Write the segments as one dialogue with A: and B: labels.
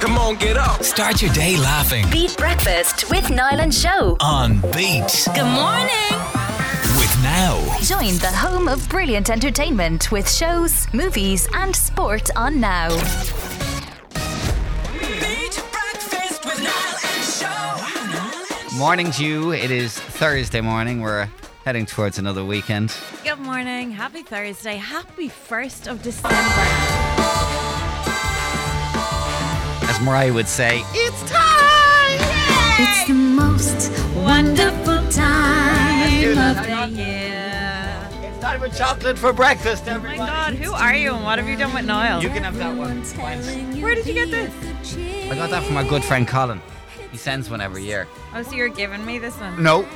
A: Come on, get up.
B: Start your day laughing
C: Beat Breakfast with Niall and Show.
B: on Beat
C: Good morning.
B: with Now.
C: Join the home of brilliant entertainment with shows, movies, and sport on Now.
D: Beat breakfast with Niall and Show.
E: Morning to you. It is Thursday morning. We're heading towards another weekend.
F: Good morning. Happy Thursday. Happy 1st of December.
E: As Mariah would say,
C: It's the most wonderful time of the
F: Yeah.
E: it's time for chocolate for breakfast,
F: My
E: everybody.
F: God, who are you and what have you done with Niall?
E: You can have that one.
F: Where did you get this?
E: I got that from my good friend Colin. He sends one every year.
F: Oh, so you're giving me this one.
E: No.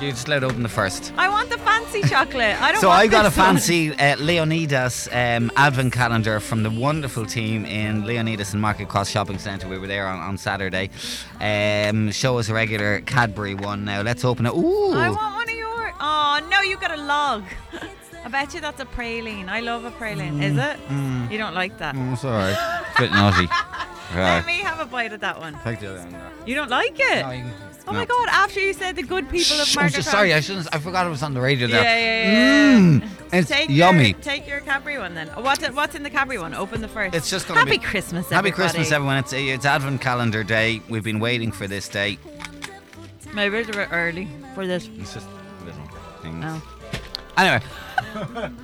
E: You just let it open the first.
F: I want the fancy chocolate. I don't
E: So
F: want
E: I got a
F: this one.
E: fancy uh, Leonidas um, advent calendar from the wonderful team in Leonidas and Market Cross Shopping Centre. We were there on, on Saturday. Um, show us a regular Cadbury one now. Let's open it. Ooh.
F: I want one of yours. Oh, no, you got a log. I bet you that's a praline. I love a praline. Is
E: Mm.
F: it? You don't like that.
E: Oh, I'm sorry. It's a bit naughty.
F: Let
E: Right.
F: me have a bite of that one.
E: Take the other end there.
F: You don't like it? oh my God, after you said the good people of
E: Shh, I'm
F: Margaret.
E: so sorry. I shouldn't. I forgot it was on the radio
F: Yeah,
E: there.
F: yeah, yeah. yeah.
E: Mm, it's
F: Take
E: yummy.
F: Your, take your Cadbury one then. What's it, what's in the Cadbury one? Open the first.
E: It's just gonna
F: happy
E: be-
F: Christmas.
E: Happy
F: Everybody.
E: Christmas, everyone. It's, it's Advent Calendar Day. We've been waiting for this day.
F: Maybe it's a bit early for this.
E: It's just little things.
F: Oh.
E: Anyway. There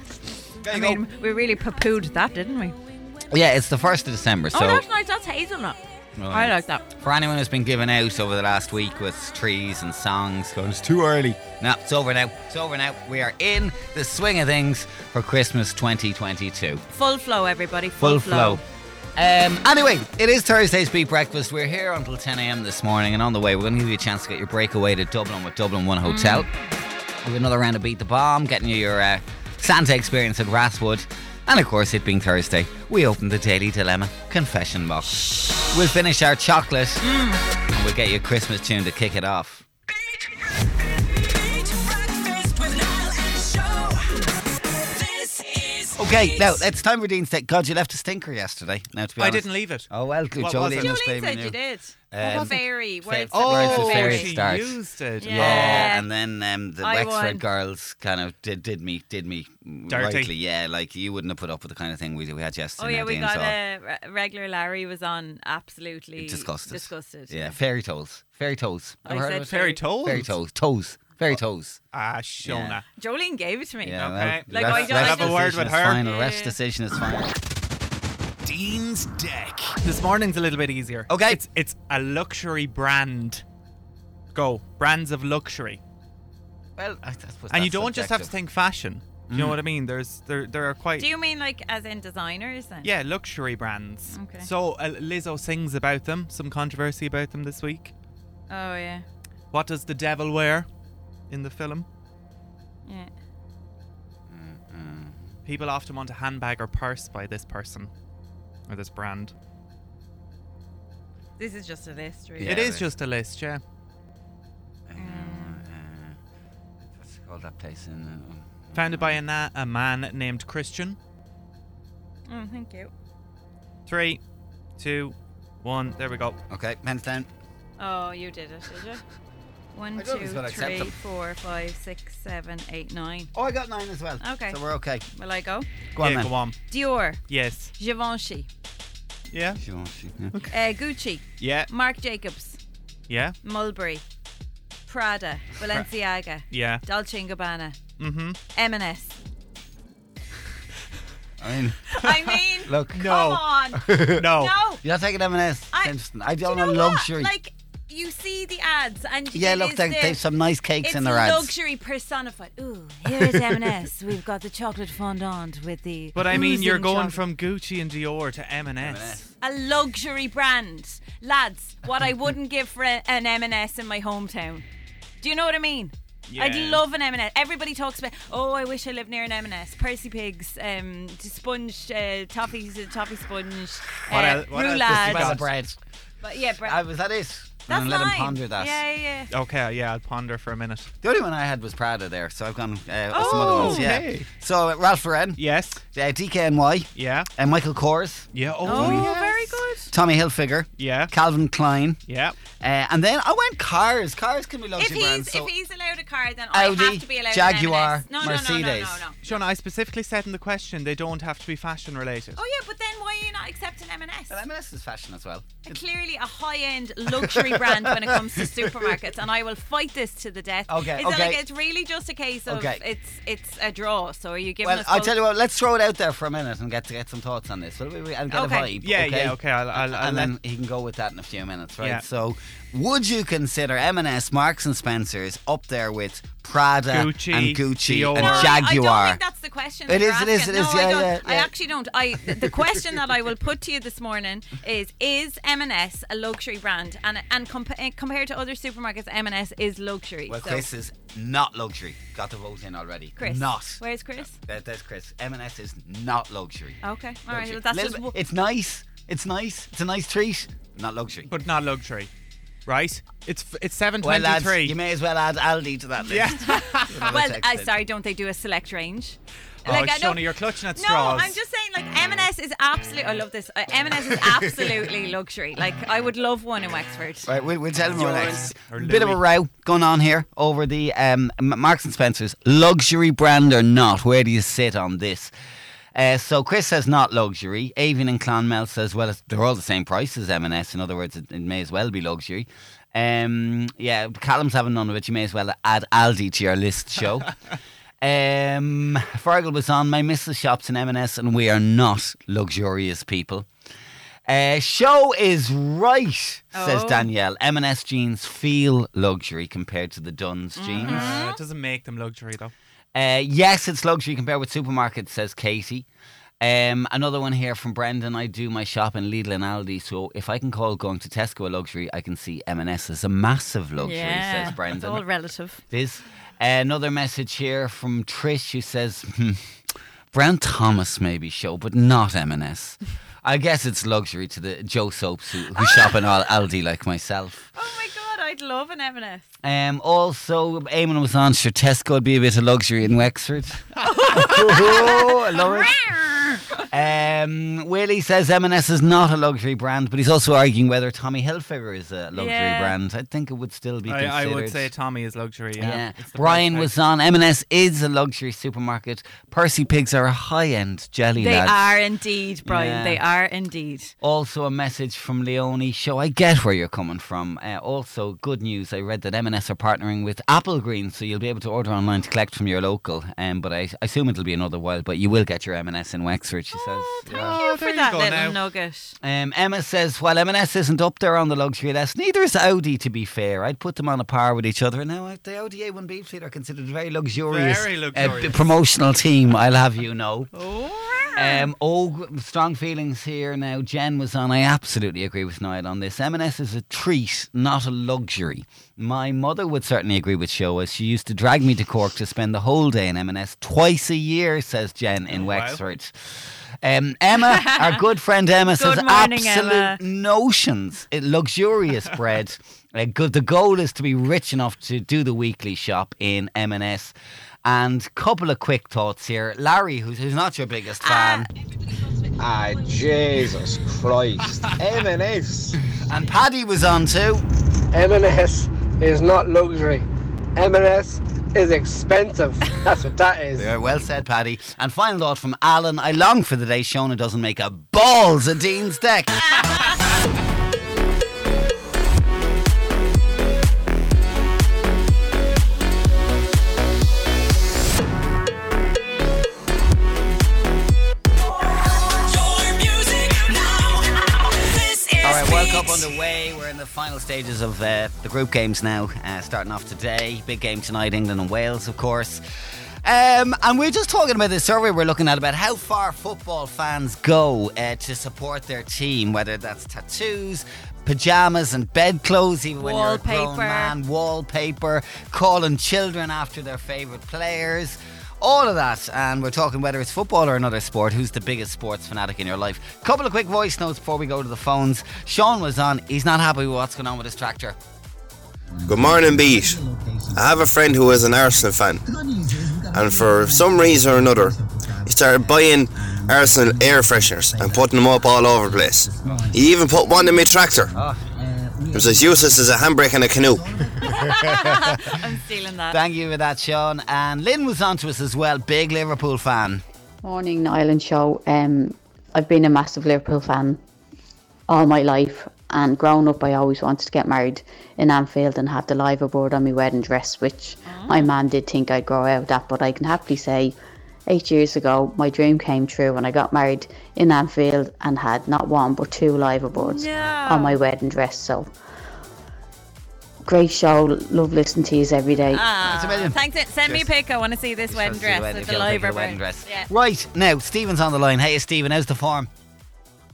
F: I
E: you
F: mean, we really poo-pooed that, didn't we?
E: go. Yeah, it's the 1st of December. So Oh,
F: oh, that's nice. That's hazelnut.
E: Well,
F: I like that.
E: for anyone who's been giving out over the last week with trees and songs, going, it's too early. No, it's over now. It's over now. We are in the swing of things for Christmas 2022.
F: Full flow, everybody.
E: Full flow. Um, anyway, it is Thursday's Beat Breakfast. We're here until 10 a.m. this morning, and on the way, we're going to give you a chance to get your breakaway to Dublin with Dublin One Hotel. We've another round of Beat the Bomb, getting you your uh, Santa experience at Grasswood. And of course, it being Thursday, we open the Daily Dilemma Confession Box. We'll finish our chocolate, and we'll get you a Christmas tune to kick it off.
D: Beat breakfast with Niall and Show. This is
E: Okay,
D: Beat.
E: now it's time for Dean's Day. God, you left a stinker yesterday. Now, to be
G: I
E: honest.
G: didn't leave it.
E: Oh, well, good.
G: What was
E: Jolene
G: it?
E: was
F: Jolene
E: blaming
F: said you did.
E: Um,
F: fairy.
E: Fair-
F: Words
E: Oh,
F: that rhyme with
E: she
F: fairy.
E: used start.
G: it.
F: Yeah.
E: Yeah, and then um, the
F: I
E: Wexford
F: won.
E: girls kind of did, did me did me
G: Dirty.
E: rightly. Yeah, like you wouldn't have put up with the kind of thing we we had yesterday.
F: Oh yeah, we
E: Nadine,
F: got
E: so
F: a re- regular Larry was on absolutely
E: disgusted.
F: Disgusted.
E: Yeah, fairy toes. Fairy toes.
F: I
E: Ever heard
F: said
E: of it?
G: Fairy toes.
E: Fairy toes. Toes. Fairy toes.
G: Ah, Shona.
F: Jolene gave it to me.
E: Yeah.
G: okay.
F: Like, I
E: Well, ref-
F: don't- I
E: ref's
F: don't- Have a
G: word
E: decision
G: with
E: is
G: her.
E: Final.
F: Yeah.
E: Ref's decision is final.
A: Dean's Deck.
G: This morning's a little bit easier.
E: Okay.
G: It's it's a luxury brand. Go. Brands of luxury.
E: Well, I, I suppose
G: and you
E: that's
G: don't just have to
E: subjective. Mm.
G: think fashion. Do you know what I mean? There's there there are quite
F: Do you mean like as in designers then?
G: yeah, luxury brands.
F: Okay.
G: So uh, Lizzo sings about them, some controversy about them this week.
F: Oh yeah.
G: What does the devil wear in the film?
F: Yeah.
G: People often want a handbag or purse by this person or this brand.
F: This is just a list, really.
E: Yeah,
G: it is
E: right.
G: just a list, yeah.
E: Um, uh, what's it called that place in? um,
G: Founded by a, na- a man named Christian.
F: Oh, thank you.
G: Three, two, one. There we go.
E: uh, Okay, hands down.
F: Oh, you did it, did you? One,
E: I don't
F: two,
E: think so, I'd accept
F: three,
E: them.
F: four, five, six, seven, eight, nine.
E: Oh, I got nine as well.
F: Okay.
E: So we're okay.
F: Will I go?
E: Go on
G: yeah,
E: then.
G: go on.
F: Dior,
G: Yes.
F: Givenchy,
G: Yeah.
E: Givenchy, yeah.
F: uh, Gucci,
G: Yeah.
F: Marc Jacobs,
G: Yeah.
F: Mulberry, Prada, Balenciaga,
G: Yeah.
F: Dolce & Gabbana,
G: Mm-hmm.
F: M&S.
E: I mean,
F: I mean,
E: look.
F: come
G: No.
F: on.
G: No.
F: No.
E: You're taking M&S.
F: I-
E: Simpson. I
F: Do
E: don't
F: you know
E: want
F: what?
E: luxury.
F: Like, you see the ads and
E: yeah,
F: it
E: look,
F: is
E: they,
F: the-
E: they've some nice cakes
F: It's
E: in their ads.
F: luxury personified. Ooh, here is M&S. We've got the chocolate fondant with the.
G: But I mean, you're
F: oozing
G: going
F: chocolate.
G: from Gucci and Dior to M&S.
F: a luxury brand, lads. What I wouldn't give for a- an M&S in my hometown. Do you know what I mean? I'd
G: Yeah.
F: love an M&S. Everybody talks about, oh, I wish I lived near an M&S. Percy Pigs, um, t- sponge, uh, toffee, toffee sponge,
G: What
F: uh,
G: el- what else
F: roulade.
G: has he
E: Well,
G: got?
E: bread.
F: But yeah, bre-
E: I, was that it?
F: that's
E: and let
F: mine.
E: him ponder that.
F: Yeah, yeah, yeah.
G: Okay. Yeah. I'll ponder for a minute.
E: The only one I had was Prada there, so I've gone uh, with some other
F: Oh,
E: ones. Yeah.
G: okay.
E: So uh, Ralph Lauren,
G: Yes.
E: uh, DKNY,
G: Yeah.
E: and Michael Kors,
G: Yeah. Oh.
F: Oh,
G: yeah.
F: very good.
E: Tommy Hilfiger.
G: Yeah.
E: Calvin Klein.
G: Yeah.
E: Uh, and then I went cars. Cars can be
F: If
E: luxury brands.
F: he's
E: So
F: if he's allowed a car, then I
E: Audi,
F: have to be allowed
E: Jaguar,
F: an M&S. no, No, no,
E: Mercedes.
F: no, no, no, no.
G: Sean, I specifically said in the question they don't have to be fashion related.
F: Oh yeah, but then why are you not accepting M&S?
E: Well, M&S is fashion as well.
F: Clearly, a high-end luxury brand when it comes to supermarkets, and I will fight this to the death.
E: Okay,
F: is
E: okay.
F: it like it's really just a case of
E: Okay.
F: it's it's a draw? So are you giving
E: Well,
F: us?
E: I'll
F: both-
E: tell you what. Let's throw it out there for a minute and get to get some thoughts on this. Will we? And get
F: Okay.
E: a vibe.
G: Yeah,
E: okay?
G: yeah, okay. I'll, I'll, I'll
E: and
G: let-
E: then he can go with that in a few minutes, right?
G: Yeah.
E: So, would you consider M&S, Marks and Spencers up there with Prada
G: Gucci,
E: and Gucci
G: Dior.
E: and
F: No, I-
E: Jaguar?
F: I don't think that's the question. that
E: It
F: you're
E: is, it is,
F: asking.
E: it is,
F: No,
E: yeah,
F: I don't.
E: yeah,
F: I
E: yeah.
F: actually don't. I the question that I will put to you this morning is: Is M&S a luxury brand? And and compa- eh, compared to other supermarkets, M&S is luxury.
E: well,
F: so,
E: Chris is not luxury. Got the vote in already.
F: Chris,
E: Not.
F: Where's Chris?
E: There- there's Chris. M&S is not luxury.
F: Okay, all right.
E: Luxury.
F: Well, that's
E: Little
F: just
E: bit-
F: wo-
E: it's nice. It's nice. It's a nice treat. Not luxury.
G: But not luxury, right? It's f- it's seven
E: well,
G: twenty
E: lads,
G: three.
E: you may as well add Aldi to that list.
G: yeah.
F: Well, I sorry, don't they do a select range?
G: oh,
F: I know-
G: Shona, you're clutching at
F: No,
G: straws.
F: I'm just saying, like M&S is absolutely. I love this. Uh, M&S is absolutely luxury. Like I would love one in Wexford.
E: Right, we'll, we'll tell them more next.
G: Or
E: Bit of a
G: Louis.
E: row going on here over the um, M- Marks and Spencers. Luxury brand or not, where do you sit on this? Uh, so Chris says not luxury. Avian and Clonmel says, well, it's, they're all the same price as M&S. In other words, it, it may as well be luxury. Um, yeah, Callum's having none of it. You may as well add Aldi to your list, show. um, Fergal was on. My missus shops in M&S and we are not luxurious people. Uh, show is right, says
F: Oh.
E: Danielle. M&S jeans feel luxury compared to the Duns jeans.
G: Uh, it doesn't make them luxury though.
E: Uh, yes, it's luxury compared with supermarkets, says Katie. Um, another one here from Brendan. I do my shop in Lidl and Aldi, so if I can call going to Tesco a luxury, I can see M&S as a massive luxury, says
F: it's all
E: Brendan.
F: relative.
E: It is. Another message here from Trish who says, hmm, Brown Thomas maybe show, but not M&S. I guess it's luxury to the Joe Soaps who, who shop in all Aldi like myself.
F: Oh my god, I'd love an M&S.
E: Um, also, Eamon was on, sure, Tesco would be a bit of luxury in Wexford. oh, I love it. Um, Willie says M&S is not a luxury brand, but he's also arguing whether Tommy Hilfiger is a luxury
F: Yeah.
E: brand. I think it would still be considered.
G: I, I would say Tommy is luxury. Yeah.
E: Yeah.
G: It's the
E: Brian
G: price
E: was on. M&S is a luxury supermarket. Percy Pigs are a high-end jelly
F: They
E: lads.
F: are indeed, Brian.
E: Yeah.
F: They are indeed.
E: Also a message from Leonie. Show I get where you're coming from. Uh, also good news. I read that M&S are partnering with Apple Green, so you'll be able to order online to collect from your local. Um, but I, I assume it'll be another while. But you will get your M&S in Wexford. She says.
F: Thank
E: Yeah.
F: you
G: there
F: for
G: you
F: that
G: go
F: little
G: now.
F: nugget.
E: Um, Emma says, while M&S isn't up there on the luxury list, neither is Audi, to be fair. I'd put them on a par with each other. Now, uh, the Audi A1B fleet are considered a very luxurious,
G: Very
E: uh,
G: luxurious.
E: b- promotional team, I'll have you know.
F: Oh,
E: Um, oh, g- strong feelings here now. Jen was on. I absolutely agree with Niall on this. M&S is a treat, not a luxury. My mother would certainly agree with Show as she used to drag me to Cork to spend the whole day in M&S twice a year, says Jen in
G: Oh, wow.
E: Wexford. Um, Emma, our good friend Emma says
F: morning,
E: absolute
F: Emma."
E: notions, It- luxurious bread. Uh, good. The goal is to be rich enough to do the weekly shop in M&S. And couple of quick thoughts here. Larry, who's, who's not your biggest fan,
H: Ah, Jesus Christ. M&S.
E: and Paddy was on too.
H: M&S is not luxury. M&S is expensive. That's what that is.
E: Yeah, well said, Paddy. And final thought from Alan. I long for the day Shona doesn't make a balls of Dean's deck.
D: Your music now. This is
E: All right, World Cup
D: Beats.
E: underway. We're in the final stages of uh, the group games now, uh, starting off today. Big game tonight, England and Wales, of course. Um, and we we're just talking about this survey we're looking at about how far football fans go uh, to support their team, whether that's tattoos, pajamas, and bedclothes, even when you're a grown
F: Wallpaper.
E: man, wallpaper, calling children after their favourite players. All of that, and we're talking whether it's football or another sport. Who's the biggest sports fanatic in your life? Couple of quick voice notes before we go to the phones. Sean was on. He's not happy with what's going on with his tractor.
I: Good morning, Beat. I have a friend who is an Arsenal fan, and for some reason or another, he started buying Arsenal air fresheners and putting them up all over the place. He even put one in my tractor. It was as useless as a handbrake in a canoe.
F: I'm stealing that.
E: Thank you for that, Sean. And Lynn was on to us as well. Big Liverpool fan.
J: Morning, Niall and Show. Um, I've been a massive Liverpool fan all my life, and growing up, I always wanted to get married in Anfield and have the live aboard on my wedding dress, which my man did think I'd grow out at. But I can happily say, eight years ago, my dream came true when I got married in Anfield and had not one but two live aboards on my wedding dress. So. Great show, love listening to you every day.
E: That's amazing.
F: Thanks. it- Send me a pic. I want to see this wedding
E: Just see
F: dress.
E: the wedding-
F: at
E: if
F: the
E: you'll
F: live
E: pick your
F: or
E: wedding
F: birth.
E: dress.
F: Yeah.
E: Right now, Stephen's on the line. Hey, Stephen, how's the form?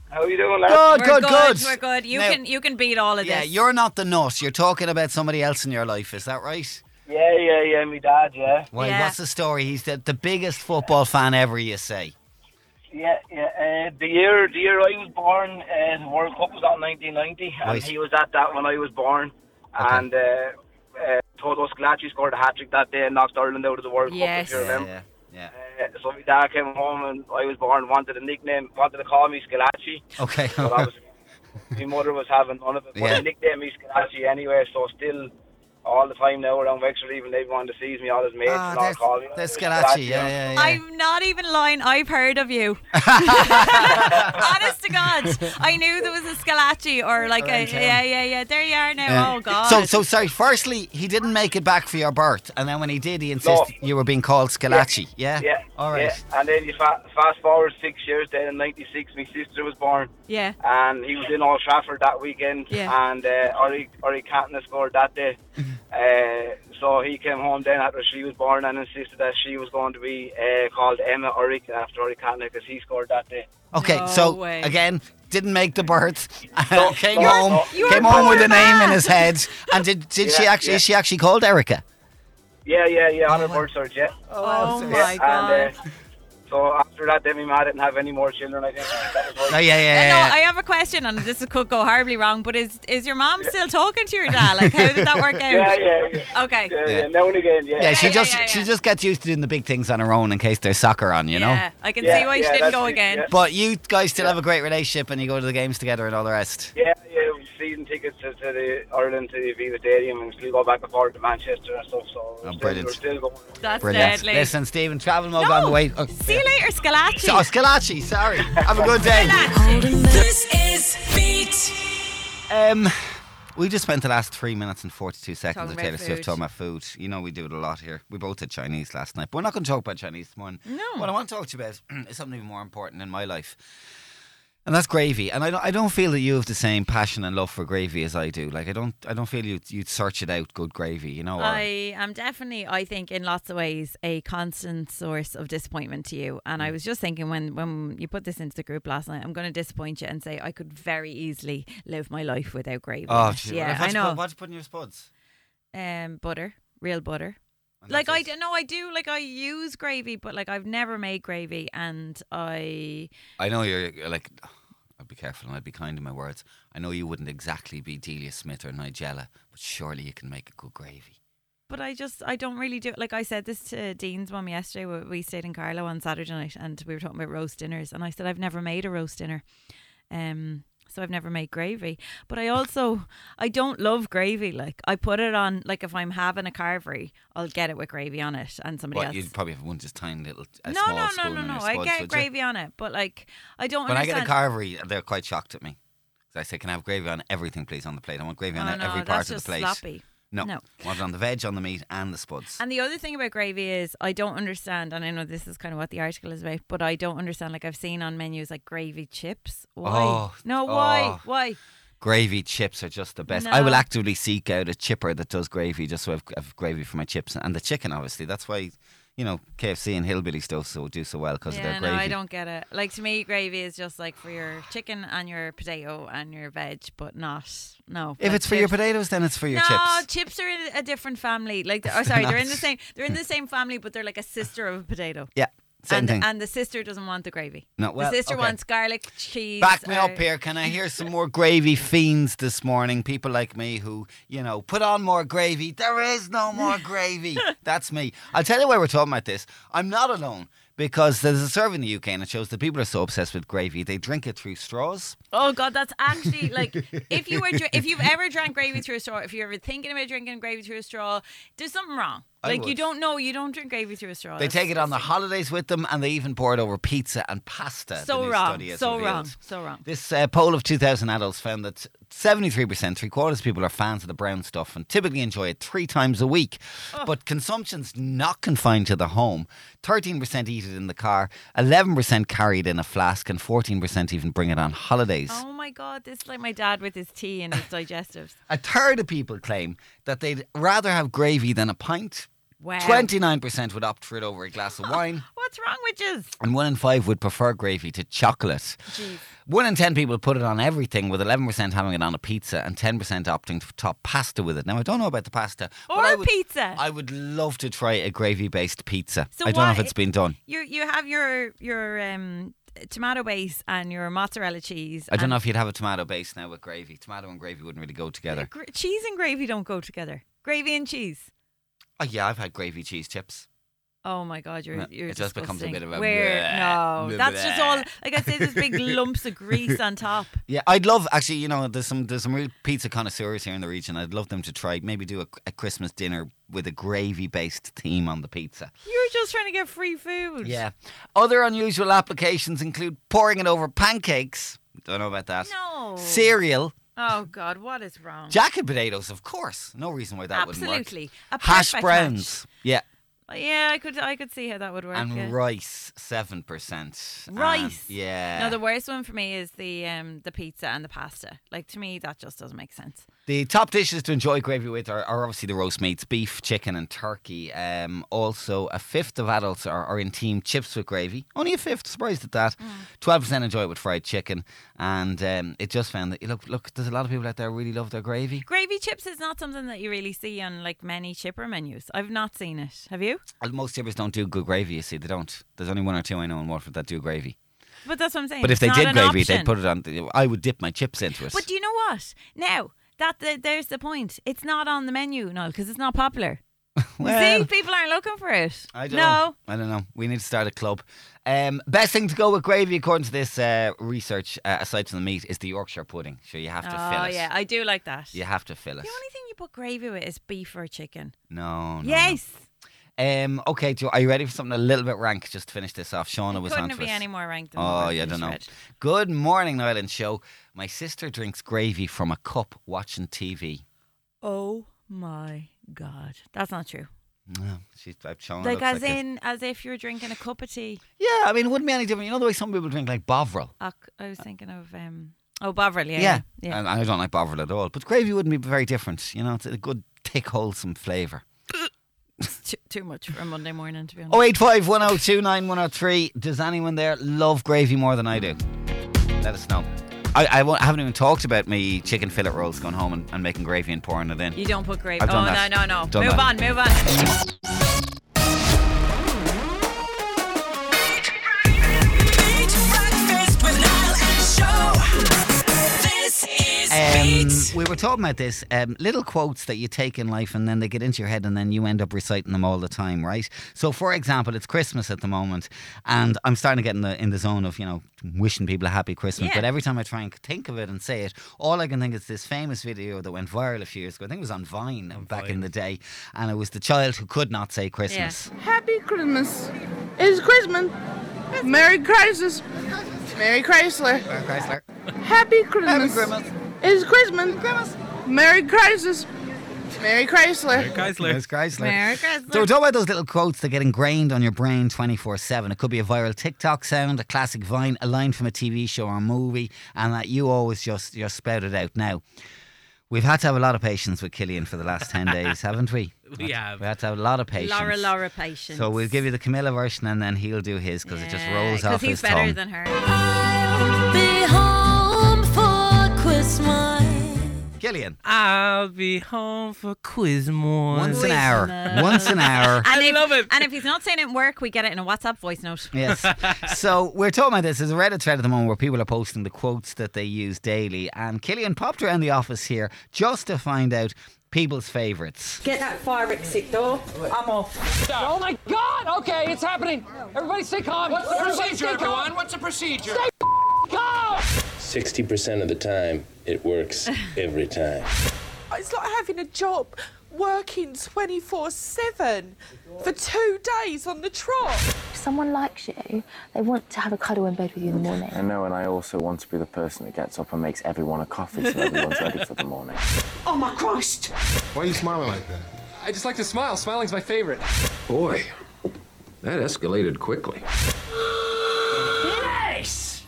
H: How are you doing, lad?
E: Good,
F: We're
E: good, good.
F: We're good. You
E: Now-
F: can you can beat all of
E: Yeah,
F: this.
E: you're not the nut. You're talking about somebody else in your life. Is that right?
H: Yeah, yeah, yeah, me dad, yeah.
E: Why?
F: Yeah.
E: What's the story? He's the, the biggest football fan ever. You say.
H: Yeah, yeah. Uh, the year the year I was born, uh, the World Cup was on 1990, and
E: Right.
H: he was at that when I was born. And uh, uh, Toto Scalacci scored a hat trick that day and knocked Ireland out of the World
F: Yes.
H: Cup, if you remember.
E: Yeah, yeah.
H: Uh, so my dad came home and I was born, wanted a nickname, wanted to call me Scalacci.
E: Okay.
H: But I was, my mother was having none of it. But
E: Yeah.
H: they nicknamed me Scalacci anyway, so still all the time now around Wexford, even everyone that sees me, all his mates
E: Ah,
H: and all
E: there's,
H: call me.
E: there's
H: "Oh,
E: Scalacci. Yeah, yeah, yeah.
F: I'm not even lying. I've heard of you. Honest to God, I knew there was a Scalacci or like a
E: Around town.
F: yeah, yeah, yeah. There you are now.
E: Yeah.
F: Oh God.
E: So, so sorry. Firstly, he didn't make it back for your birth, and then when he did, he insisted you were being called Scalacci. Yeah.
H: Yeah.
E: All right.
H: Yeah. And then you fa- fast forward six years, then in '96, my sister was born,
F: yeah.
H: and he was in Old Trafford that weekend,
F: Yeah.
H: Uh, and uh, Ori Ori Cantona scored that day. uh, so he came home then after she was born and insisted that she was going to be uh, called Emma Oric after Ori Cantona because he scored that day.
E: Okay.
F: No
E: so
F: way.
E: again, didn't make the birth. Uh, came
H: no,
E: home.
H: no.
F: You're
E: Came home with
F: poor
E: a name in
F: man.
E: his head. And did did she
H: Yeah,
E: actually?
H: yeah.
E: Is she actually called Erica?
H: Yeah, yeah, yeah. On her birth cert, yeah.
F: Oh, my
H: yeah.
F: God.
H: uh, And, uh, so after that, then my ma didn't have any more children. I think that was
E: Oh
H: right.
E: yeah, yeah, yeah.
F: Uh, no,
E: yeah.
F: I have a question, and this could go horribly wrong. But is is your mom still talking to your dad? Like, how did that work out?
H: Yeah, yeah, yeah.
F: Okay.
H: Yeah,
E: Yeah.
H: yeah, now and again,
E: yeah, she
F: yeah,
E: just
F: yeah,
E: she
F: yeah.
E: just gets used to doing the big things on her own in case there's soccer on, you know.
F: Yeah, I can
H: Yeah,
F: see why
H: yeah,
F: she didn't
H: that's
F: go
H: it,
F: again.
H: yeah.
E: But you guys still have a great relationship, and you go to the games together and all the rest.
H: Yeah, yeah, we've season tickets to, to the Ireland to the Aviva Stadium and still go back and forth to Manchester and stuff. So we're,
E: Oh,
H: still,
E: brilliant.
H: we're still going.
F: That's
E: Brilliant.
F: deadly.
E: Listen, Stephen, travel mug
F: No.
E: on the way. Oh,
F: See you later, Scalacci.
E: oh, Scalacci, sorry. Have a good day.
D: This is Beat.
E: Um, we just spent the last three minutes and 42 seconds
F: Talking
E: of
F: about
E: Taylor Swift
F: food.
E: talking about food. You know, we do it a lot here. We both did Chinese last night, but we're not going to talk about Chinese this morning.
F: No.
E: What I want to talk to you about is something even more important in my life. And that's gravy, and I don't, I don't feel that you have the same passion and love for gravy as I do. Like I don't, I don't feel you'd, you'd search it out, good gravy, you know. Or,
F: I am definitely, I think, in lots of ways, a constant source of disappointment to you.
E: Mm.
F: And I was just thinking when when you put this into the group last night, I'm going to disappoint you and say I could very easily live my life without gravy.
E: oh,
F: in it.
E: gee,
F: yeah,
E: what-
F: I
E: what-
F: know.
E: What do you put in your spuds?
F: Um, butter, real butter.
E: And
F: Like
E: that's
F: I
E: it.
F: don't know, I do like I use gravy, but like I've never made gravy, and I
E: I know you're you're like, I'd be careful and I'd be kind in my words. I know you wouldn't exactly be Delia Smith or Nigella, but surely you can make a good gravy.
F: But I just I don't really do it. Like I said this to Dean's mum yesterday. We we stayed in Carlo on Saturday night, and we were talking about roast dinners. And I said I've never made a roast dinner, um. So I've never made gravy. But I also I don't love gravy. Like I put it on. Like if I'm having a carvery, I'll get it with gravy on it, and somebody
E: But
F: else.
E: you'd probably have one just tiny little, a
F: no,
E: small
F: no, no,
E: spoon
F: no,
E: in
F: no.
E: your
F: I
E: spuds,
F: get
E: would
F: gravy on it, but like I don't
E: You? When I get
F: understand.
E: a carvery, they're quite shocked at me. 'Cause I say, can I have gravy on everything, please, on the plate? I want gravy on
F: oh, no,
E: every part
F: that's
E: of the
F: just
E: plate.
F: sloppy.
E: No.
F: No.
E: I want it on the veg, on the meat, and the spuds.
F: And the other thing about gravy is I don't understand, and I know this is kind of what the article is about, but I don't understand. Like I've seen on menus like gravy chips. Why?
E: Oh,
F: no, why?
E: oh.
F: Why?
E: gravy chips are just the best. I will
F: No.
E: actively seek out a chipper that does gravy just so I've, I've gravy for my chips and the chicken, obviously. That's why, you know, KFC and Hillbilly stuff so do so well because of
F: Yeah,
E: their
F: no,
E: gravy.
F: I don't get it. Like to me, gravy is just like for your chicken and your potato and your veg, but not no.
E: If
F: like
E: it's for your
F: chips-
E: potatoes, then it's for your
F: no,
E: chips.
F: chips are in a different family. Like, they're- oh, sorry, they're in the same. They're in the same family, but they're like a sister of a potato.
E: Yeah, same
F: and,
E: thing.
F: and the sister doesn't want the gravy.
E: No, well,
F: the sister
E: okay.
F: wants garlic cheese. uh,
E: Back me
F: or-
E: up here. Can I hear some more gravy fiends this morning? People like me who, you know, put on more gravy. There is no more gravy. That's me. I'll tell you why we're talking about this. I'm not alone because there's a survey in the UK and it shows that people are so obsessed with gravy they drink it through straws.
F: Oh God, that's actually like if you were dr- if you've ever drank gravy through a straw, if you're ever thinking about drinking gravy through a straw, there's something wrong.
E: I
F: Like you
E: would.
F: don't know, you don't drink gravy through a straw.
E: They
F: Oh, That's
E: take it on the
F: disgusting.
E: holidays with them, and they even pour it over pizza and pasta. the
F: So
E: new
F: wrong,
E: study has
F: so
E: revealed.
F: wrong, so wrong.
E: This uh, poll of 2,000 adults found that 73%, three quarters of people are fans of the brown stuff and typically enjoy it three times a week. But consumption's not confined to the home. 13% eat it in the car, 11% carry it in a flask, and 14% even bring it on holidays.
F: Oh my God, this is like my dad with his tea and his digestives.
E: A third of people claim that they'd rather have gravy than a pint.
F: Wow.
E: 29% would opt for it over a glass of wine.
F: What's wrong with you?
E: and one in five would prefer gravy to chocolate. One in ten people put it on everything, with eleven percent having it on a pizza and ten percent opting to top pasta with it. Now I don't know about the pasta but
F: Or
E: I
F: a
E: would-
F: pizza.
E: I would love to try a gravy-based pizza.
F: So
E: I don't know if
F: what-
E: it's been done.
F: You you have your your um, tomato base and your mozzarella cheese.
E: I don't
F: and-
E: know if you'd have a tomato base now with gravy. Tomato and gravy wouldn't really go together.
F: Gra- cheese and gravy don't go together. Gravy and cheese.
E: Oh yeah, I've had gravy cheese chips.
F: Oh my God, you're
E: No,
F: you're
E: it just becomes a
F: disgusting.
E: bit of a
F: Where,
E: bleh,
F: no, that's just all.
E: bleh.
F: Like I say, there's big lumps of grease on top.
E: Yeah, I'd love actually. You know, there's some there's some real pizza connoisseurs here in the region. I'd love them to try maybe do a, a Christmas dinner with a gravy-based theme on the pizza.
F: You're just trying to get free food.
E: Yeah. Other unusual applications include pouring it over pancakes. Don't know about that.
F: No.
E: Cereal.
F: Oh God, what is wrong?
E: Jacket potatoes, of course. No reason why that
F: Absolutely.
E: wouldn't
F: A
E: work. Hash
F: perfect
E: browns. Yeah.
F: match. Yeah, I could I could see how that would work.
E: And
F: yeah.
E: rice, 7%. And-
F: Rice?
E: yeah.
F: No, the worst one for me is the um the pizza and the pasta. Like to me, that just doesn't make sense.
E: The top dishes to enjoy gravy with are, are obviously the roast meats, beef, chicken, and turkey. Um, also, a fifth of adults are, are in team chips with gravy. Only a fifth, surprised at that.
F: Mm.
E: Twelve percent enjoy it with fried chicken, and um, it just found that look, look, there's a lot of people out there who really love their gravy.
F: Gravy chips is not something that you really see on like many chipper menus. I've not seen it. Have you?
E: Well, Most tippers don't do good gravy. You see, they don't. There's only one or two I know in Waterford that do gravy.
F: But that's what I'm saying.
E: But
F: It's
E: if they
F: not
E: did
F: an
E: gravy,
F: option.
E: they'd put it on. The, I would dip my chips into it.
F: But do you know what? Now that the, there's the point. It's not on the menu, no, because it's not popular.
E: Well,
F: See, people aren't looking for it.
E: I don't
F: no.
E: know. I don't know. We need to start a club. Um, best thing to go with gravy, according to this uh, research, uh, aside from the meat, is the Yorkshire pudding. Sure, you have to
F: Oh
E: fill it.
F: yeah, I do like that.
E: You have to fill it.
F: The only thing you put gravy with is beef or chicken.
E: No, no. no.
F: yes.
E: Um, okay, Joe, are you ready for something a little bit rank just to finish this off? Shauna Oh, was on
F: Couldn't
E: to
F: it be
E: us.
F: any more ranked than what
E: Oh,
F: we've
E: yeah, I don't
F: just
E: know.
F: read.
E: Good morning, Ireland Show. My sister drinks gravy from a cup watching TV.
F: Oh my god. That's not true.
E: No, she's I've shown
F: like as
E: like Oh, it.
F: in as if you're drinking a cup of tea.
E: Yeah, I mean, it wouldn't be any different. You know the way some people drink like Bovril.
F: I, c- I was thinking of um Oh Bovril, yeah.
E: Uh, yeah, Uh,
F: yeah.
E: And I don't like Bovril at all. But gravy wouldn't be very different. You know, it's a good thick, wholesome flavour.
F: It's too, too much for a Monday morning to be honest.
E: Oh eight five one zero two nine one zero three. Does anyone there love gravy more than I do? Let us know. I, I, won't, I haven't even talked about me chicken fillet rolls going home and, and making gravy and pouring it in.
F: You don't put gravy.
E: I've done
F: oh
E: that.
F: no, no, no.
E: Done
F: move
E: that.
F: on, move on.
D: Beat breakfast with Niall and Show. This is
E: Um,
D: Beat.
E: we were talking about this um, little quotes that you take in life and then they get into your head and then you end up reciting them all the time, right? So, for example, it's Christmas at the moment and I'm starting to get in the in the zone of you know wishing people a happy Christmas.
F: Yeah.
E: But every time I try and think of it and say it, all I can think is this famous video that went viral a few years ago. I think it was on Vine back in the day, and it was the child who could not say Christmas.
K: Happy Christmas. It's Christmas. Merry Christmas. Merry Chrysler.
E: Chrysler.
K: Happy Christmas. It's Christmas. Merry Christmas. Merry Chrysler.
G: Chrysler.
E: Yes, Chrysler.
F: Merry Christmas.
E: So we're talking about those little quotes that get ingrained on your brain 24-7. It could be a viral TikTok sound, a classic vine, a line from a TV show or movie, and that you always just, just spout it out. Now, we've had to have a lot of patience with Killian for the last 10 days, haven't we?
G: We have.
E: We had to have a lot of patience.
F: Laura Laura patience.
E: So we'll give you the Camilla version and then he'll do his because it just
F: Yeah,
E: rolls
F: 'cause
E: off
F: he's
E: his
F: better
E: tongue.
F: than her.
D: Be home for Christmas.
E: Killian,
G: I'll be home for quiz more.
E: once an hour, once an hour.
F: And
G: I
F: if,
G: love it.
F: And if he's not saying it in work, we get it in a WhatsApp voice note.
E: Yes. so we're talking about this. There's a Reddit thread at the moment where people are posting the quotes that they use daily. And Killian popped around the office here just to find out people's favourites.
L: Get that fire exit door. I'm off. Oh my God! Okay, it's happening. Everybody, stay calm.
M: What's the
L: Everybody
M: procedure,
L: stay calm.
M: everyone? What's the procedure?
L: Stay calm.
N: 60% of the time, it works every time.
O: It's like having a job working 24 7 for two days on the trot.
P: If someone likes you, they want to have a cuddle in bed with you in the morning.
Q: I know, and I also want to be the person that gets up and makes everyone a coffee so everyone's ready for the morning.
M: Oh my Christ!
R: Why are you smiling like that?
M: I just like to smile. Smiling's my favorite.
N: Boy, that escalated quickly.
M: Nice!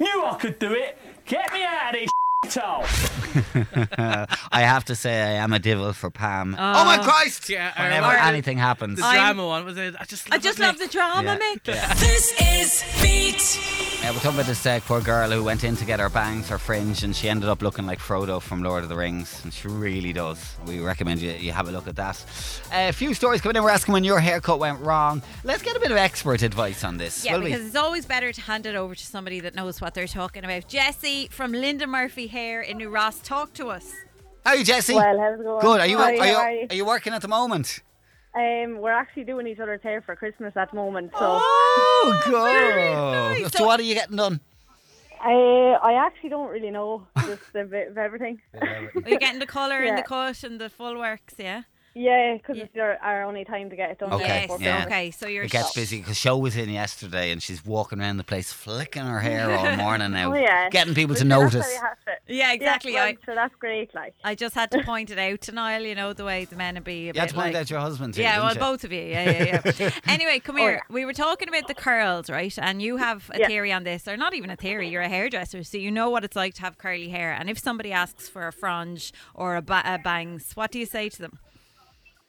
M: Knew I could do it. Get me out of this hole.
E: I have to say, I am a devil for Pam. oh my Christ!
S: Yeah, I
E: Whenever
G: uh,
S: remember
E: anything happens,
S: The drama one was it? I just love
F: I just love the drama,
E: Yeah.
F: Mick. This is Beat.
E: Yeah, we're talking about this uh, poor girl who went in to get her bangs, her fringe, and she ended up looking like Frodo from Lord of the Rings, and she really does. We recommend you, you have a look at that. Uh, a few stories coming in. We're asking when your haircut went wrong. Let's get a bit of expert advice on this,
F: Yeah,
E: will
F: because
E: we?
F: it's always better to hand it over to somebody that knows what they're talking about. Jesse from Linda Murphy Hair in New Ross, talk to us.
E: How are you, Jesse?
T: Well, how's it going?
E: Good. Are you,
T: Hi,
E: are, you,
T: how are you?
E: are you working at the moment?
T: Um, we're actually doing each other's hair for Christmas at the moment. So,
E: Oh, good. So, what are you getting done?
L: Oh.
T: uh, I actually don't really know just a bit of everything.
F: Are you getting the colour and the
T: Yeah.
F: cut and the full works, yeah?
T: Yeah, because it's our, our only time to get it done.
E: Okay,
T: before
E: yeah.
T: Christmas.
F: Okay, so you're
E: It gets busy because show was in yesterday, and she's walking around the place flicking her hair all morning now,
T: Oh, yeah.
E: getting people to
T: Listen, that's how
E: notice.
T: you have to-
F: Yeah, exactly.
T: well,
F: I,
T: so that's great. Like,
F: I just had to point it out to Niall, you know, the way the men would be. A
E: You had
F: bit
E: to point
F: like-
E: out your husband too,
F: Yeah,
E: didn't
F: well,
E: you?
F: both of you. Yeah, yeah, yeah. anyway, come
T: Oh,
F: here.
T: yeah.
F: We were talking about the curls, right? And you have a
T: Yeah.
F: theory on this, or not even a theory. You're a hairdresser, so you know what it's like to have curly hair. And if somebody asks for a fringe or a, ba- a bangs, what do you say to them?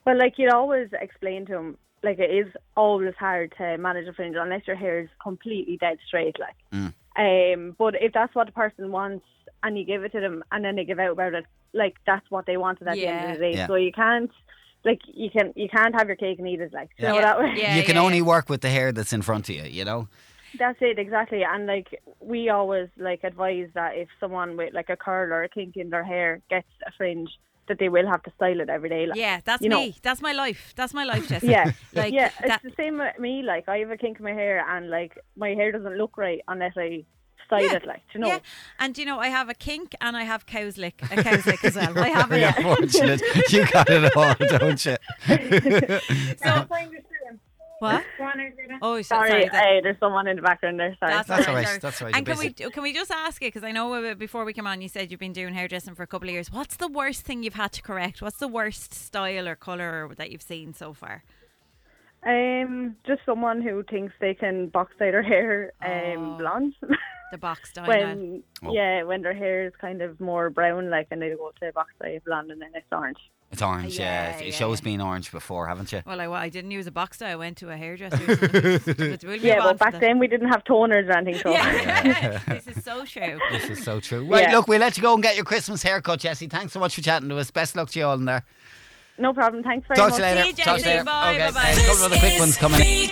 T: But like you'd always explain to them, like it is always hard to manage a fringe unless your hair is completely dead straight. Like, um, but if that's what the person wants and you give it to them and then they give out about it, like that's what they wanted at the end of the
E: Yeah.
T: day.
E: Yeah.
T: So you can't, like you can, you can't have your cake and eat it. Like, you know that way.
E: you can only work with the hair that's in front of you, you know?
T: That's it exactly, and like we always like advise that if someone with like a curl or a kink in their hair gets a fringe, that they will have to style it every day. Like,
F: Yeah, that's
T: you know.
F: me. That's my life. That's my life, Jessica.
T: Yeah,
F: like
T: yeah,
F: that-
T: it's the same with me. Like I have a kink in my hair, and like my hair doesn't look right unless I style
F: Yeah,
T: it. Like do you know,
F: Yeah, and you know, I have a kink and I have cow's lick, a cow's lick as well. I have
E: Very unfortunate. you got it all, don't you?
F: What? Oh, so-
T: sorry,
F: sorry, that-
T: eh, there's someone in the background there. Sorry,
F: That's,
E: That's
F: all
E: all
F: right.
E: right, that's all right,
F: And
E: you're
F: can we can we just ask it because I know uh, before we came on, you said you've been doing hairdressing for a couple of years. What's the worst thing you've had to correct? What's the worst style or color that you've seen so far?
T: Um, just someone who thinks they can box dye their hair um, blonde.
F: The box dye.
T: when
E: Oh.
T: yeah, when their hair is kind of more brown, like, and they go to box dye blonde, and then it's orange.
E: It's orange, yeah.
F: Yeah,
E: It
F: yeah.
E: shows being orange before, haven't you?
F: Well, I, well, I didn't use a box dye. I went to a hairdresser. or something. But we'll
T: yeah,
F: move on from
T: but back
F: that.
T: then we didn't have toners or anything. So.
F: this is so true.
E: This is so true. Right,
T: Yeah.
E: look, we'll let you go and get your Christmas haircut, Jesse. Thanks so much for chatting to us. Best luck to you all in there.
T: No problem. Thanks very
E: Talk
T: much.
E: to you later. Talk to you later. okay,
T: bye-bye.
E: uh, a couple of other quick ones coming. in.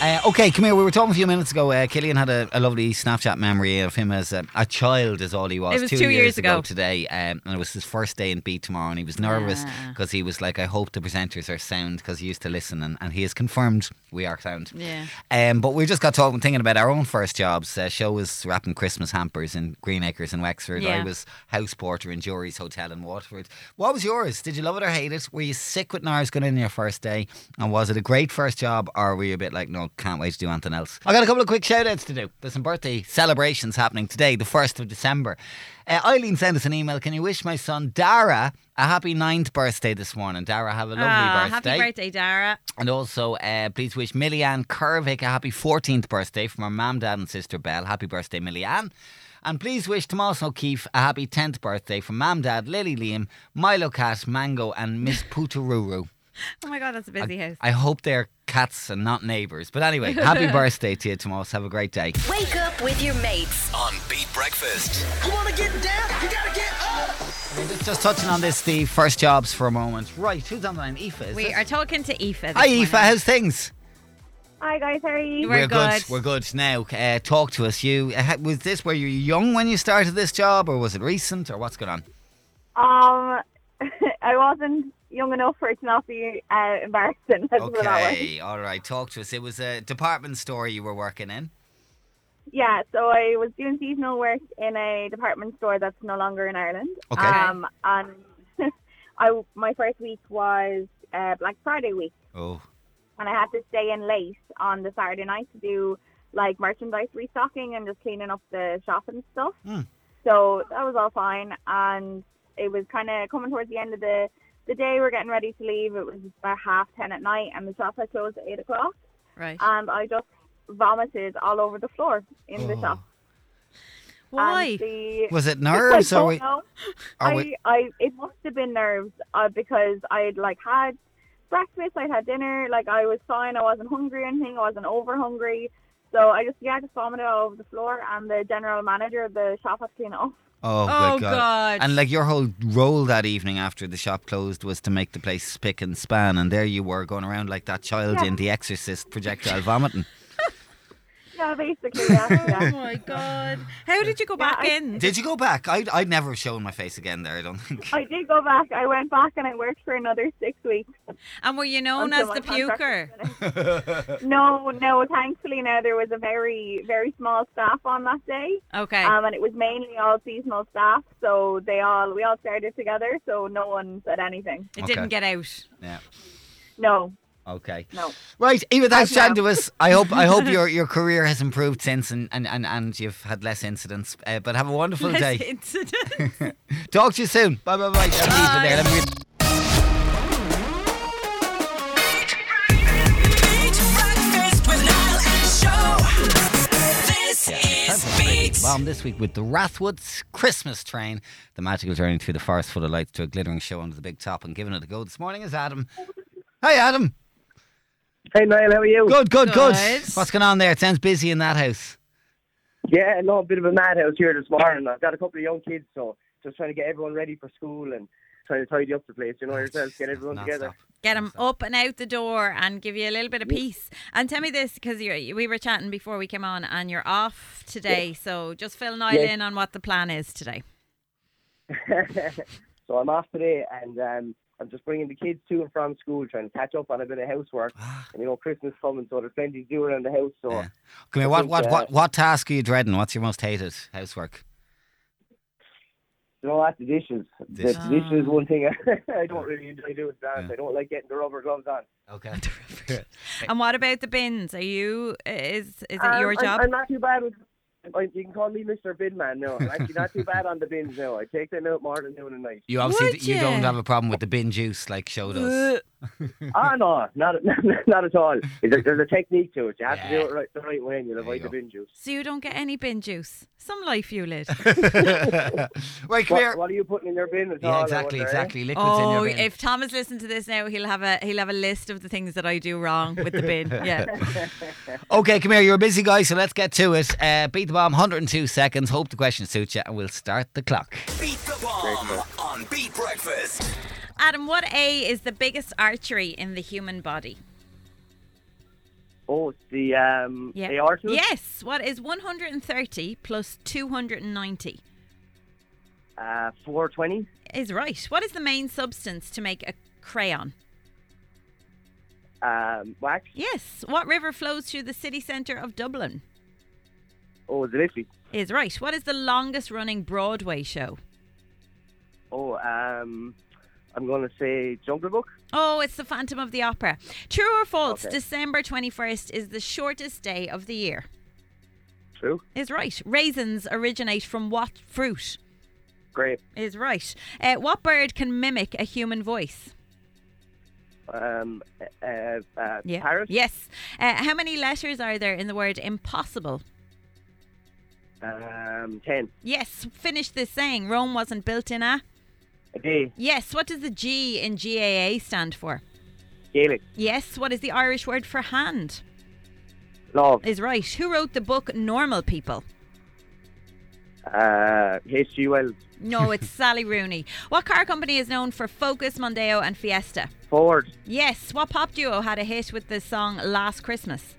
E: Uh, okay, come here. We were talking a few minutes ago. Uh, Killian had a, a lovely Snapchat memory of him as a, a child, is all he was.
F: It was two years ago.
E: today, um, and it was his first day in Beat tomorrow, and he was nervous because he was like, "I hope the presenters are sound," because he used to listen, and, and he has confirmed we are sound.
F: Yeah.
E: Um, but we just got talking, thinking about our own first jobs. Uh, show was wrapping Christmas hampers in Greenacres in Wexford. I
F: Yeah.
E: was house porter in Jury's Hotel in Waterford. What was yours? Did you love it or hate it? Were you sick with Nars going in your first day? And was it a great first job or were you a bit like, no, can't wait to do anything else? I got a couple of quick shout outs to do. There's some birthday celebrations happening today, the 1st of December. Uh, Eileen sent us an email. Can you wish my son Dara a happy ninth birthday this morning? Dara, have a lovely
F: Ah,
E: birthday.
F: Happy birthday, Dara.
E: And also, uh, please wish Millyanne Kervick a happy 14th birthday from her mum, dad, and sister Belle. Happy birthday, Millyanne. And please wish Tomas O'Keefe a happy 10th birthday from mum, dad, Lily Liam, Milo Cat, Mango, and Miss Putururu.
F: Oh my God, that's a busy house.
E: I hope they're cats and not neighbours. But anyway, happy birthday to you, Tomas. Have a great day.
C: Wake up with your mates on Beat Breakfast.
M: You wanna get down? You gotta get up.
E: Just touching on this, the first jobs for a moment. Right, who's on the line? Aoife, is
F: we
E: it?
F: are talking to Aoife. this
E: Hi, Aoife.
F: morning.
E: How's things?
U: Hi guys, how are you?
E: We're, good. We're good now. Uh, talk to us. You uh, ha- was this were you young when you started this job, or was it recent, or what's going on?
U: Um, I wasn't young enough for it to not be uh, embarrassing. Let's put it that way.
E: Okay, all right. Talk to us. It was a department store you were working in.
U: Yeah, so I was doing seasonal work in a department store that's no longer in Ireland.
E: Okay.
U: Um, and I my first week was uh, Black Friday week,
E: Oh,
U: and I had to stay in late on the Saturday night to do like merchandise restocking and just cleaning up the shop and stuff.
E: Hmm.
U: So that was all fine, and it was kind of coming towards the end of the the day. We're getting ready to leave. It was about half ten at night, and the shop had closed at eight o'clock.
F: Right.
U: And I just vomited all over the floor in the
E: Oh.
U: shop.
F: Why?
E: Was it nerves
U: I
E: or
U: don't
E: we-
U: know.
E: are
U: I,
E: we-
U: I, it must have been nerves uh, because I had like had breakfast, I had dinner, like I was fine. I wasn't hungry or anything. I wasn't over hungry. So I just yeah, I just vomited all over the floor, and the general manager of the shop had to clean it up.
E: oh,
U: Oh,
E: good
U: God.
E: And like your whole role that evening after the shop closed was to make the place spick and span, and there you were going around like that child
U: Yeah.
E: in The Exorcist, projectile vomiting.
U: Yeah, basically. Yeah, yeah.
F: Oh my god! How did you go back in?
E: Did you go back? I'd, I'd never have shown my face again there. I don't think.
U: I did go back. I went back and I worked for another six weeks.
F: And were you known
U: Until
F: as the
U: my contract
F: puker?
U: No, no. Thankfully, now there was a very, very small staff on that day.
F: Okay.
U: Um, and it was mainly all seasonal staff, so they all we all started together, so no one said anything.
E: It didn't Okay. get
F: out.
E: yeah.
U: No,
E: Okay.
U: no.
E: Right, Eva, thanks,
U: Thanks,
E: Jan,
U: Mel.
E: to us. I hope I hope your, your career has improved since and, and, and, and you've had less incidents. Uh, but have a wonderful
F: Less
E: day.
F: incident.
E: Talk to you soon. Bye bye bye. That's Eva there. Let me-
D: Breakfast with Niall and Show. This is Beat.
E: Bomb this week with the Rathwoods Christmas Train. The magical journey through the forest full of lights to a glittering show under the big top and giving it a go this morning is Adam. Hi, Adam.
R: Hey, Niall, how are you?
E: Good, good, good.
R: Good.
E: What's going on there? It sounds busy in that house.
R: Yeah, no, a bit of a madhouse here this morning. I've got a couple of young kids, so just trying to get everyone ready for school and trying to tidy up the place. You know yourself, get everyone together.
F: Get them up and out the door and give you a little bit of peace. And tell me this, because we were chatting before we came on, and you're off today.
R: Yeah.
F: So just fill Niall
R: Yeah.
F: in on what the plan is today.
R: so I'm off today, and um, I'm just bringing the kids to and from school, trying to catch up on a bit of housework. and you know, Christmas coming, so there's plenty to do around the house. So
E: Come
R: I
E: here, what,
R: think,
E: what,
R: uh,
E: what, what task are you dreading? What's your most hated housework?
R: you know, what, the dishes.
E: Dishes.
R: The dishes is one thing I, I don't really enjoy doing. to be honest. I don't like getting the rubber gloves on.
E: Okay.
F: And what about the bins? Are you is is it
R: Um,
F: your
R: I'm-
F: job?
R: I'm not too bad with. I- You can call me Mr. Binman now. I'm actually not too bad on the bins now. I take them out more than noon and night.
E: You obviously
R: Would
E: you don't
R: ya?
E: have a problem with the bin juice like show
F: Uh,
E: does.
R: Ah, no, not, not at all. There's there's a technique to it. You have to do it right, the right way and you'll avoid the bin juice.
F: So you don't get any bin juice. Some life you live.
E: Wait,
R: what, what are you putting in your bin? At
E: Yeah,
R: all, I
E: exactly,
R: wonder, eh?
E: exactly. Liquids in
F: Oh,
E: your bin.
F: if Tom has listened to this now, he'll have a he'll have a list of the things that I do wrong with the bin. Yeah.
E: Okay, come here. You're a busy guy, so let's get to it. Uh, beat the bomb, 102 seconds. Hope the question suits you, and we'll start the clock.
A: Beat the bomb on Beat Breakfast.
F: Adam, what A is the biggest artery in the human body?
R: Oh, it's the um, aorta?
F: Yes. What is 130 plus 290?
R: Uh, 420?
F: Is right. What is the main substance to make a crayon?
R: Um, wax?
F: Yes. What river flows through the city centre of Dublin?
R: Oh, the Liffey?
F: Is right. What is the longest running Broadway show?
R: Oh, um, I'm going to say Jungle Book?
F: Oh, it's the Phantom of the Opera. True or false?
R: Okay.
F: December 21st is the shortest day of the year.
R: True.
F: Is right. Raisins originate from what fruit?
R: Great.
F: Is right. Uh, what bird can mimic a human voice?
R: Um, uh, uh,
F: Yeah.
R: Paris?
F: Yes. Uh, how many letters are there in the word impossible?
R: Um, 10.
F: Yes. Finish this saying. Rome wasn't built in a.
R: A day.
F: Yes. What does the G in GAA stand for?
R: Gaelic.
F: Yes. What is the Irish word for hand?
R: Love.
F: Is right. Who wrote the book Normal People?
R: Uh, H.G. Wells.
F: No, it's Sally Rooney. What car company is known for Focus, Mondeo, and Fiesta?
R: Ford.
F: Yes. What pop duo had a hit with the song Last Christmas?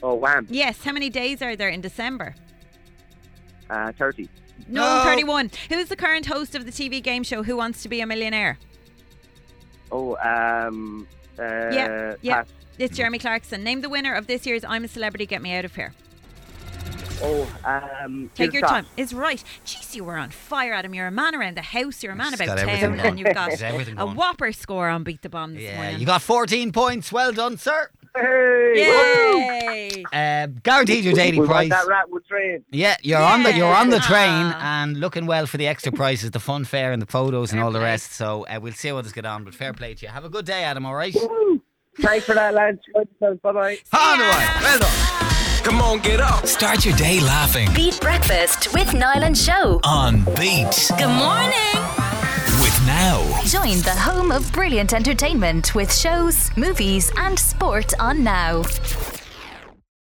R: Oh, Wham.
F: Yes. How many days are there in December?
R: Uh, 30.
F: No,
E: No.
F: 31. Who's the current host of the TV game show Who Wants to Be a Millionaire?
R: Oh, um, uh,
F: yeah, yeah.
R: Pass.
F: It's Jeremy Clarkson. Name the winner of this year's I'm a Celebrity, Get Me Out of Here.
R: Oh, um,
F: Take
R: Jill
F: your
R: Scott.
F: time. It's right. Jeez, you were on fire, Adam. You're a man around the house. You're a man
E: He's
F: about
E: got everything
F: town,
E: going.
F: and you've got
E: He's everything
F: a
E: going.
F: whopper score on Beat the Bomb this
E: Yeah,
F: morning.
E: you got 14 points. Well done, sir.
F: Yay!
E: Uh, guaranteed your daily
R: we
E: price.
R: Want that Ratwood train.
E: Yeah, you're on the you're on the train and looking well for the extra prizes, the fun fair and the photos and all the rest. So uh, we'll see what is going on. But fair play to you. Have a good day, Adam. All right.
R: Thanks for that, lads. Bye bye.
E: Well done.
A: Come on, get up. Start your day laughing.
C: Beat Breakfast with Niall and Show.
A: On Beat.
C: Good morning.
A: With now.
C: Join the home of brilliant entertainment with shows, movies, and sport on now.